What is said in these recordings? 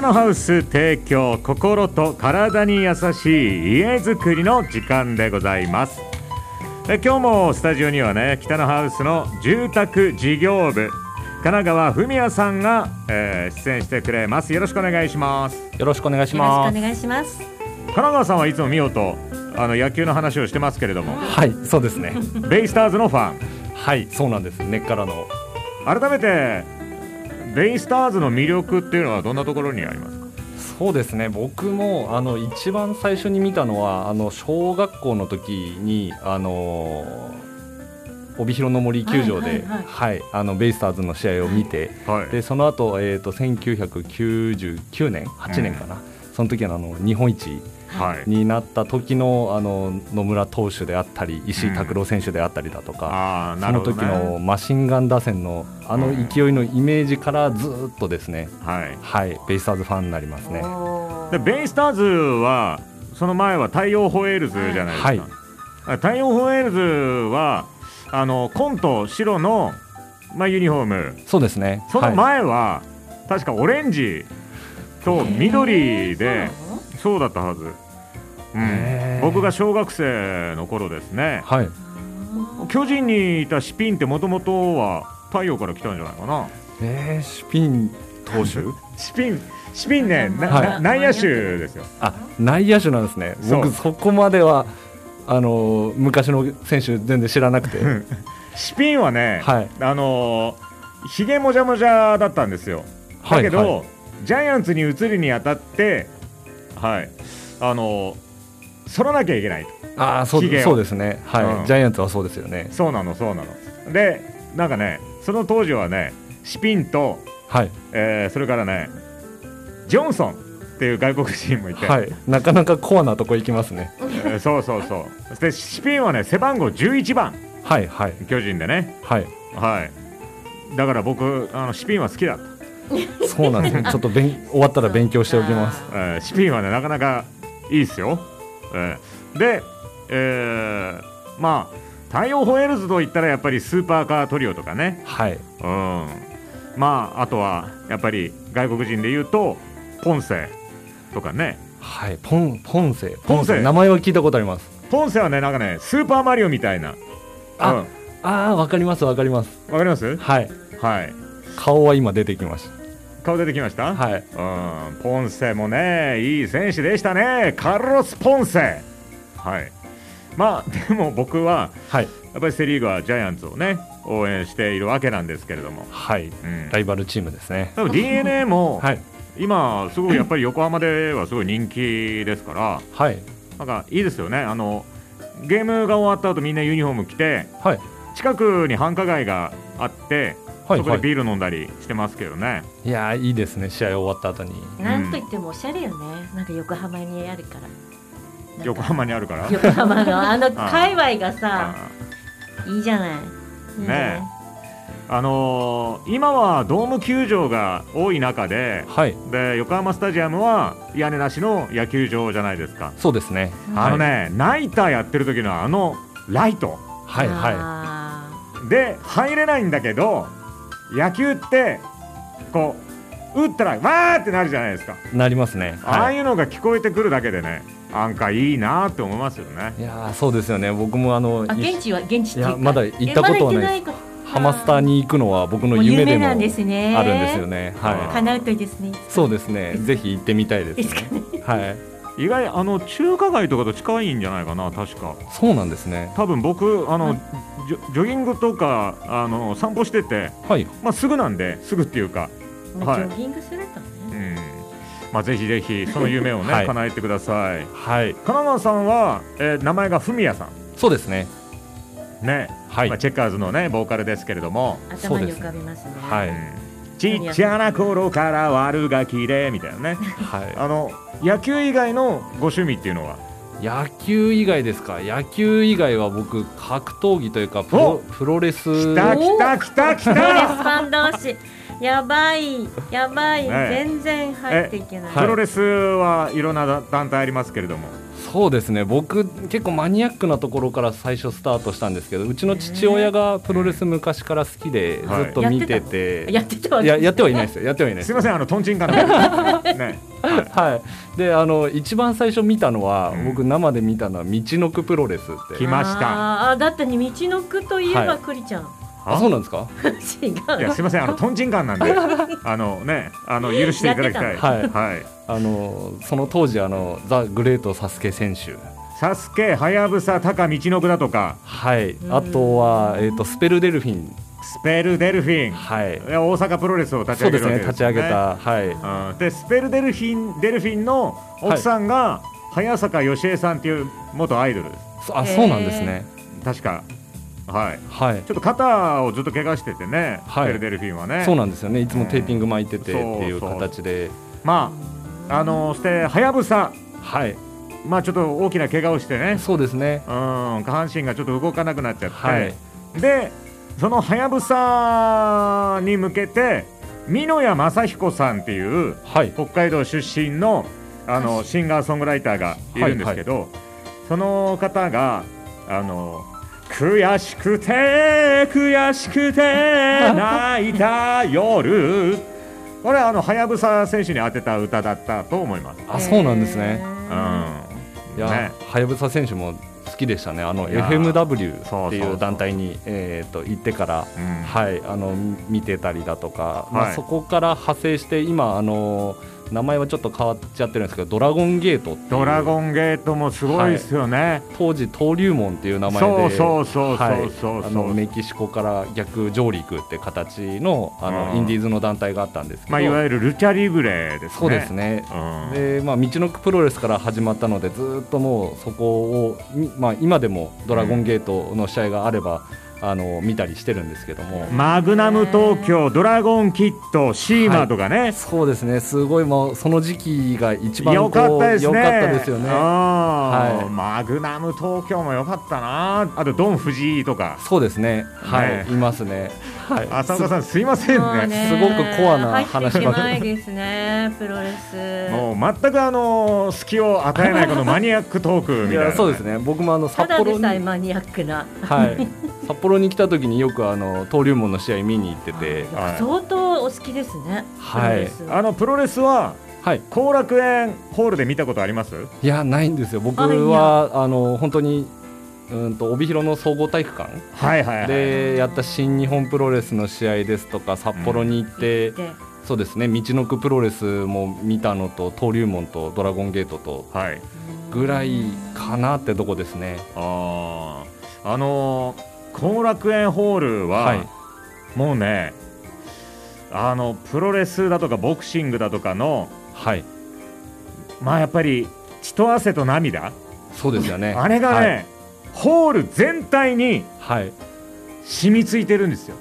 のハウス提供心と体に優しい家づくりの時間でございますえ今日もスタジオにはね北のハウスの住宅事業部神奈川文也さんが、えー出演してくれますよろしくお願いしますよろしくお願いしよろましくすお。願いします。神奈川さんはいつも見ようとあの野球の話をしてますけれどもはい、そうです ね。ベイスターズのファンはい、そうなんです。根っからの。改めてベイスターズの魅力っていうのはどんなところにありますかそうですね。僕もあの一番最初に見たのはあの小学校の時にあの帯広の森球場で、はいははいい、あのベイスターズの試合を見て、はいでその後えっ、と1999年、8年かな。その時のあの日本一はいになった時のあの野村投手であったり石井拓郎選手であったりだとか、ああそなるのほど、時ね、のマシンガン打線のあの勢いのイメージからずーっとですね、はいはい、ベイスターズファンになりますね。おーでベイスターズはその前は太陽ホエールズじゃないですか、はいあ太陽ホエールズはあの紺と白の、まあ、ユニフォームそうですね。そのはい前は、確かオレンジと緑で、そうだったはず、うんへー、僕が小学生の頃ですねはい、巨人にいたシピンってもともとは太陽から来たんじゃないかなえー、シピン投手シピンシピンね、なはいな内野手ですよあ内野手なんですね。そう僕そこまではあのー昔の選手全然知らなくて、シピンはね、はいあのーひげもじゃもじゃだったんですよ。だけど、はいはいジャイアンツに移るにあたって、はい、あのー剃らなきゃいけないと。ああそひげうをそうですね。はい、うんジャイアンツはそうですよね。そうなの、そうなの。で、なんかね、その当時はね、シピンと、はい、えーそれからね、ジョンソンっていう外国人もいて、はい、なかなかコアなとこ行きますね。えーそうそうそう。で、シピンはね、背番号11番、はいはい巨人でね。はい、はい。だから僕、あのシピンは好きだった。そうなん ですね。ちょっと勉終わったら勉強しておきます。そえーシピンはねなかなかいいですよ、えーで、えーまあ太陽ホエールズといったらやっぱりスーパーカートリオとかねはい、うんまああとはやっぱり外国人で言うとポンセとかねはい、ポン、ポンセ、ポンセ名前は聞いたことあります。ポンセはねなんかねスーパーマリオみたいなあうんああ、わかります、わかります。わかりますはい、はい顔は今出てきまし顔出てきました、た。はい、うんポンセもねいい選手でしたねカルロス・ポンセはいまあでも僕ははい、やっぱりセ・リーグはジャイアンツをね応援しているわけなんですけれども、はい、うんライバルチームですね。多分 d n a も、はい、今、すごいやっぱり横浜ではすごい人気ですから、はい、なんかいいですよね、あのゲームが終わった後みんなユニフォーム着て、はい、近くに繁華街があって、はい、そこではビール飲んだりしてますけどね、い。いやー、いいですね、試合終わった後に。なんといってもおしゃれよね。なんか横浜にあるから。なんか横浜にあるから。横浜のあのあ界隈がさ、あいいじゃない。いいねあのー今はドーム球場が多い中ではい、で横浜スタジアムは屋根なしの野球場じゃないですかそうですね。あのはい、ね、ナイターやってる時のあのライトはい、はあで入れないんだけど野球ってこう打ったらわーってなるじゃないですか、い、なりますね。ああはいいうのが聞こえてくるだけでねなんかいいなーって思いますよね。いやー、そうですよね、僕もあのー。あ、、現地は現地っていういかやまだ行ったことはないえまだ行ってないハマスターにに行くのは僕の夢夢でも。あなるんんでですね。すよね。は叶うといいですね。い。そうですね、ぜひ行ってみたいですね。はい、意外あの中華街とかと近いんじゃないかな確かそうなんですね。多分僕あの、はいジョジョギングとかあの散歩してて、はい、まあ、すぐなんですぐっていうか、まあジョギングするとうね。んまあ、ぜひぜひその夢をね、 はい叶えてください。はい、神奈川さんは、えー名前がフミヤさそうですね。ん、ねはいまあ、、チェッカーズの、ね、ボーカルですけれども、頭に浮かびますね。はいうんちっちゃな頃から悪ガキでみたいなねはい。あの野球以外のご趣味っていうのは野球以外ですか野球以外は僕格闘技というかプロプロレスきたきたきたきプロレスたファン同士やばいやばい、ねえ全然入っていけない、はプロレスはいろんな団体ありますけれども、そうですね僕結構マニアックなところから最初スタートしたんですけどうちの父親がプロレス昔から好きでずはいっと見てて、やってたわい、けややってはいないですよやってはいないですすいませんあのトンチンカンのねはい、であの一番最初見たのは、うん僕生で見たのは「みちのくプロレス」っ来てましたあーあーだってね道のくといえはばいクリちゃんあそうなんですか違いやうすいませんあのトンチンカンなんであのねあの許していただきたやいってたのはいはいあのその当時あのザ・グレート・サスケ選手サスケはやぶさタカ道のくだとかはいんあとは、えー、とスペルデルフィンスペルデルフィンはいいや大阪プロレスを立ちそ上うげるですわねけです立ち上げねたはいうんでスペルデルフィンデルフィンの奥さんが、早坂芳恵さんっていう元アイドルそあへーそうなんですね確かはいはいちょっと肩をずっと怪我しててね、はいスペルデルフィンはねそうなんですよねいつもテーピング巻いててっていうそうそう形でまああのそしてはやぶさはいまあちょっと大きな怪我をしてねそうですねうん下半身がちょっと動かなくなっちゃって、はいでそのはやぶさに向けて美濃谷正彦さんっていうはい北海道出身のあのシンガーソングライターがいるんですけど、その方があの悔しくて悔しく て泣いた夜これあのはやぶさ選手に当てた歌だったと思います。あそうなんですねうあんいや、ね、はやぶさ選手も好きでしたねあのいやー FMW ってそうそういそうう団体にえーと行ってからうんはい、あのみ見てたりだとか、まはあ、いそこから派生して今あの名前はちょっと変わっちゃってるんですけどドラゴンゲートっていうドラゴンゲートもすごいですよね。当時登竜門っていう名前でそうそうそうそうそうはいあそのう。メキシコから逆上陸って形のあの、うんインディーズの団体があったんですけど、まあいわゆるルチャリブレですね。そうですねうん。でまあ、道のくプロレスから始まったのでずーっともうそこを、みまあ、今でもドラゴンゲートの試合があれば、あの見たりしてるんですけども、マグナム東京、ドラゴンキット、シーマとかね、そうですね、すごいもうその時期が一番よかったですね。良かったですよね。あーはいマグナム東京も良かったな。あとドン藤井とか。そうですね、はい、ねいますね。はい、浅岡さんすいませんね。すごくコアな入っ話てばこかりないですねプロレスもう全くあの隙を与えないこのマニアックトークみたいいなね、やそうですね、僕もあのた札だで幌に、さえは、マニアックない札幌に来た時によくあの登竜門の試合見に行ってて、はい相当お好きですねはいプロレスあのプロレスははい、後楽園ホールで見たことあります？いやないんですよ。僕あいはあの本当にうんと帯広の総合体育館はいはいはい。でやった新日本プロレスの試合ですとか、札幌に行って。でそうですね道のくプロレスも見たのと登竜門とドラゴンゲートとはい。ぐらいかなってとこですねああ、あの後楽園ホールは、はいもうね、あのプロレスだとかボクシングだとかの、はいまあやっぱり血と汗と涙、そうですよね あれがね、ホール全体にはい、はい染みついてるんですよ。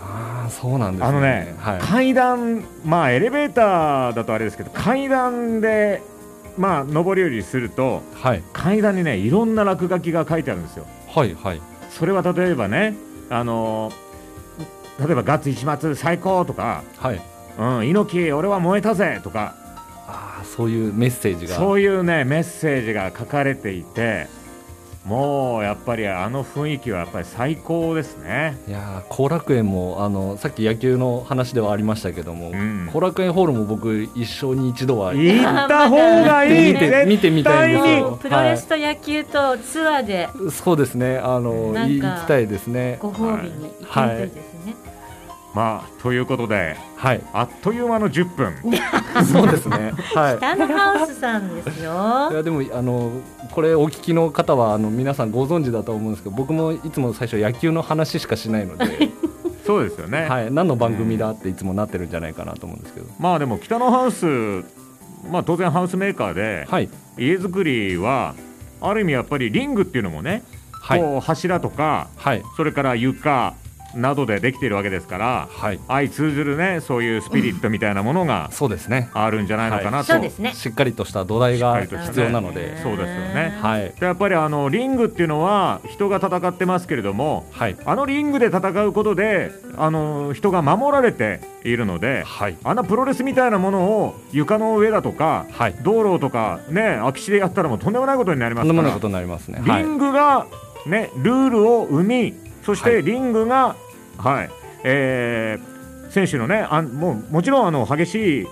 ああそうなんですねあのね、はい、階段、まあエレベーターだとあれですけど、階段で、まあ上り下りすると、はい階段にね、いろんな落書きが書いてあるんですよ。はいはいそれは例えばね、あの例えばガッツ一松最高とか、はいうん、猪木俺は燃えたぜとか、ああそういうメッセージがそういうねメッセージが書かれていて、もうやっぱりあの雰囲気はやっぱり最高ですね。いやー後楽園もあのさっき野球の話ではありましたけども後、うん楽園ホールも僕一生に一度は行っ行った方がいい、て見て見てみたいん絶です対よ、そうプロレスと野球とツアーではい、そうですねあのなんいか行きたいですねご褒美に行きたいですねまあということで、はいあっという間の10分。そうですね はい北のハウスさんで すいよやでもあのこれお聞きの方はあの皆さんご存知だと思うんですけど僕もいつも最初野球の話しかしない ので、そうですよね。はい、何の番組だっていつもなってるんじゃないかなと思うんですけどまあでも北のハウス、まあ当然ハウスメーカーではい家づくりはある意味やっぱりリングっていうのもね。はいこう柱とかはいそれから床などでできているわけですからはい相通ずるねそういうスピリットみたいなものがそうですねあるんじゃないのかなと、そうですねしっかりとした土台がしっかりとしたね必要なので、そうですよねはいでやっぱりあのリングっていうのは人が戦ってますけれどもはいあのリングで戦うことであの人が守られているのではいあんなプロレスみたいなものを床の上だとかはい道路とかね空き地でやったらもうとんでもないことになりまとんすかでもないらことになりますねはリいングが、ね、ルールを生みそしはていリングが、はいえー選手のねあんもうもちろんあの激しい、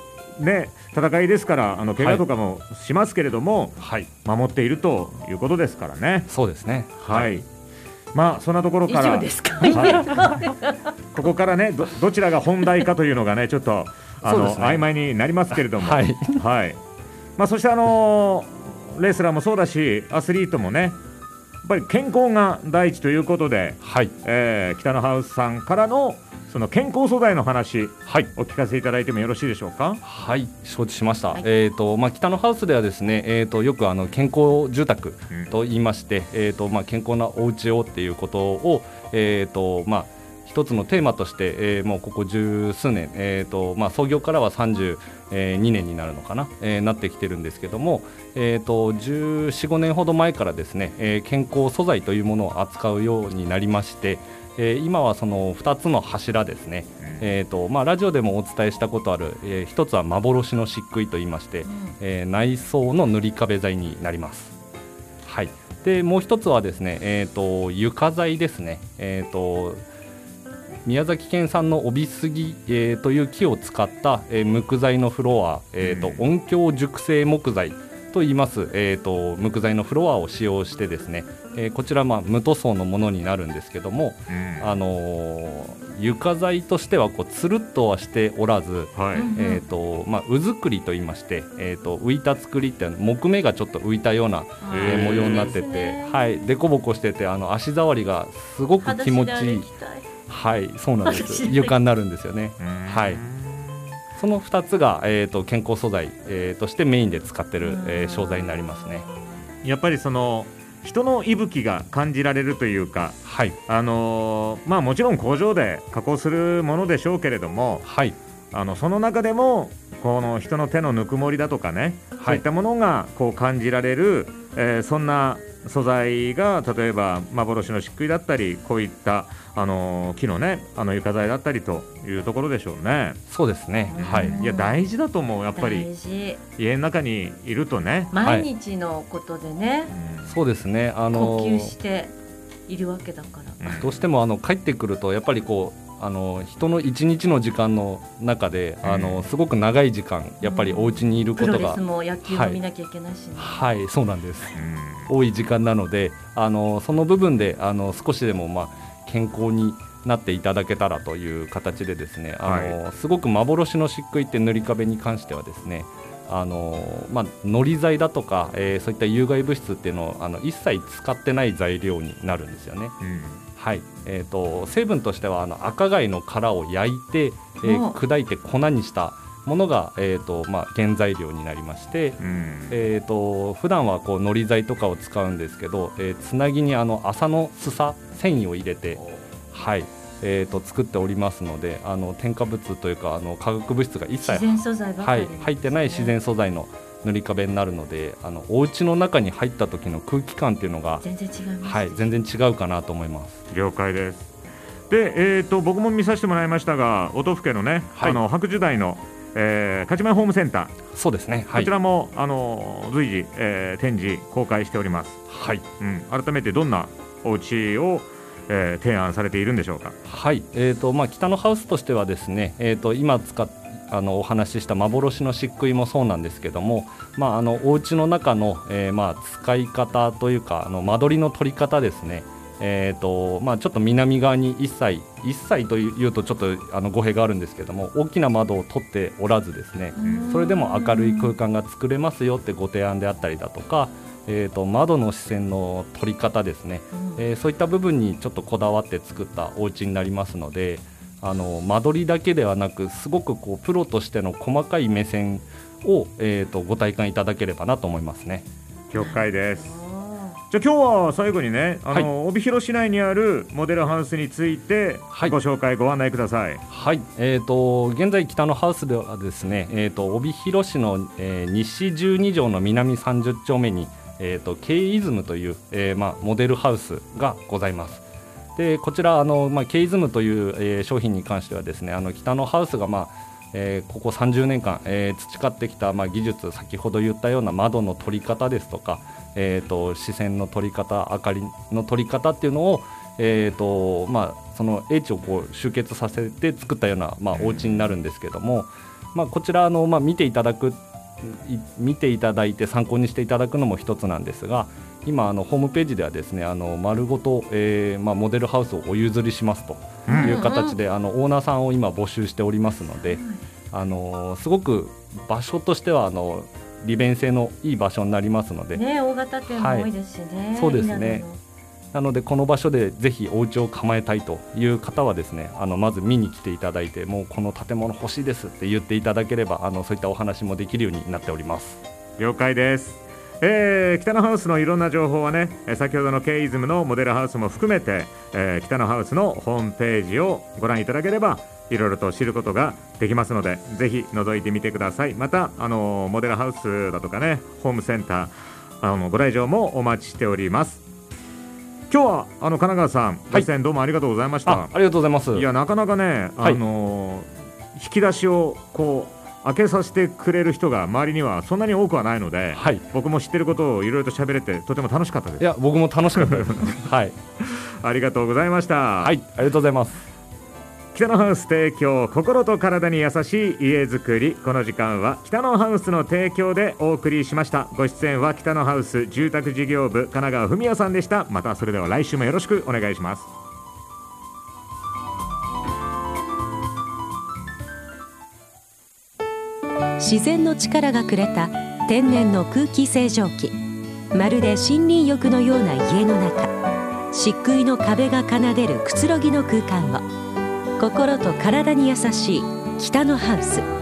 ね、戦いですからあの怪我とかもしますけれども、はい守っているということですからね。そうですねはい、まあそんなところ以から上ですかはい、ここからねどどちらが本題かというのがねちょっとあそうの、ですね曖昧になりますけれども、はいはいまあ、そして、あのーレスラーもそうだしアスリートもねやっぱり健康が第一ということで、はいえー北のハウスさんからのその健康素材の話はいお聞かせいただいてもよろしいでしょうか。はい承知しました、はいえーとまあ、北のハウスではですね、えー、とよくあの健康住宅うんと言いまして、えーとまあ、健康なお家をっていうことを、えーとまあ、一つのテーマとして、えーもうここ十数年、えーとまあ、創業からは32年になるのかな、えーなってきてるんですけども、えー、と1415年ほど前からですね、えー健康素材というものを扱うようになりまして、えー今はその2つの柱ですね、えーとまあ、ラジオでもお伝えしたことある、えー一つは幻の漆喰といいまして、えー内装の塗り壁材になります。はい、でもう一つはですね、えー、と床材ですね、えー、と宮崎県産の帯杉、えーという木を使った、えー木材のフロア、えーとう音響熟成木材と言います、えー、と木材のフロアを使用してですね、えーこちら、まあ、無塗装のものになるんですけども、うんあのー床材としてはこうつるっとはしておらず、はいうんえーとまあ、うずくりと言いまして、えー、と浮いた作りって木目がちょっと浮いたような、へえーー模様になってて、はい、でこぼこしててあの足触りがすごく気持ちいい、はい、そうなんで裸す足で床になるんですよねうんはいその2つが、えー、と健康素材、えーとしてメインで使ってる、えー商材になりますねやっぱりその人の息吹が感じられるというか、はいあのーまあ、もちろん工場で加工するものでしょうけれども、はいあのその中でもこの人の手のぬくもりだとかね、そうはいいったものがこう感じられる、えーそんな素材が例えば幻の漆喰だったりこういった、あのー木のねあの床材だったりというところでしょうね。そうですねうんはいいや大事だと思うやっぱり大事家の中にいるとね、毎日のことでね、うそうですねあの呼ー吸しているわけだから、んどうしてもあの帰ってくるとやっぱりこうあの人の一日の時間の中であうんのすごく長い時間やっぱりお家にいるこプロとレがスも野球も見なきゃいけないしね、はいそうなんですうん多い時間なのであのその部分であの少しでもまあ健康になっていただけたらという形でですねあの、すごく幻の漆喰って塗り壁に関してはですねあのまあ、のり剤だとか、えーそういった有害物質っていうのをあの一切使ってない材料になるんですよね。うんはいえー、と成分としてはあの赤貝の殻を焼いて、えーお砕いて粉にしたものが、えーとまあ、原材料になりまして、うんえー、と普段はこうのり剤とかを使うんですけど、えーつなぎにあの麻のすさ繊維を入れて、はいえー、と作っておりますのであの添加物というかあの化学物質が一切自、然素材ばかはり、い、入ってない自然素材の塗り壁になるのであのお家の中に入った時の空気感っていうのが、全然違います、はい、全然違うかなと思います。了解ですで、えー、と僕も見させてもらいましたが音更のね、はいあの白樹台の、えー、勝前ホームセンター、そうですね。はこいち。らもあの随時、えー展示公開しております、はい。うん、改めてどんなお家を、えー提案されているんでしょうかはい。えっ、とまあ北のハウスとしてはですね、えっ、と今使っあのお話しした幻の漆喰もそうなんですけども、まああのお家の中の、えーまあ使い方というかあの間取りの取り方ですね。えーとまあ、ちょっと南側に一切一切というとちょっとあの語弊があるんですけども大きな窓を取っておらずですね、それでも明るい空間が作れますよってご提案であったりだとか、えー、と窓の視線の取り方ですね、うんえーそういった部分にちょっとこだわって作ったお家になりますのであの間取りだけではなくすごくこうプロとしての細かい目線を、えー、とご体感いただければなと思いますね。了解ですおーじゃあ今日は最後にねあの、帯広市内にあるモデルハウスについてはいご紹介、ご案内ください。はい、えー、と現在、北のハウスではですね、えー、と帯広市の、えー西12条の南30丁目に、えー、と K イズムという、えーまあ、モデルハウスがございます。でこちらあの、まあ、K イズムという、えー商品に関してはですねあの北のハウスが、まあえーここ30年間、えー培ってきた、まあ、技術先ほど言ったような窓の取り方ですとか、えー、と視線の取り方明かりの取り方っていうのをえーとまあ、その英知をこう集結させて作ったような、まあ、お家になるんですけども、まあ、こちらあの、まあ、見ていただくい見ていただいて参考にしていただくのも一つなんですが今あのホームページではですねあの丸ごと、えーまあ、モデルハウスをお譲りしますとうんいう形で、あのオーナーさんを今募集しておりますので、あのすごく場所としてはあの利便性のいい場所になりますので、ね大型店も多いですしね、いそうですね長野のなのでこの場所でぜひお家を構えたいという方はですねあのまず見に来ていただいてもうこの建物欲しいですって言っていただければあのそういったお話もできるようになっております。了解です、えー北のハウスのいろんな情報はねえー先ほどのケイズムのモデルハウスも含めて、えー北のハウスのホームページをご覧いただければいろいろと知ることができますのでぜひ覗いてみてくださいまたあのーモデルハウスだとかねホームセンターあのご来場もお待ちしております今日はあの神奈川さんご出演どうもありがとうございました、あありがとうございます。いやなかなかね、はいあのー引き出しをこう開けさせてくれる人が周りにはそんなに多くはないので、はい。僕も知ってることをいろいろと喋れてとても楽しかったでいすや僕も楽しかった です。はいありがとうございました、はいありがとうございます。北のハウス提供心と体に優しい家づくりこの時間は北のハウスの提供でお送りしましたご出演は北のハウス住宅事業部神奈川文也さんでしたまたそれでは来週もよろしくお願いします自然の力がくれた天然の空気清浄機まるで森林浴のような家の中漆喰の壁が奏でるくつろぎの空間を心と体に優しい北のハウス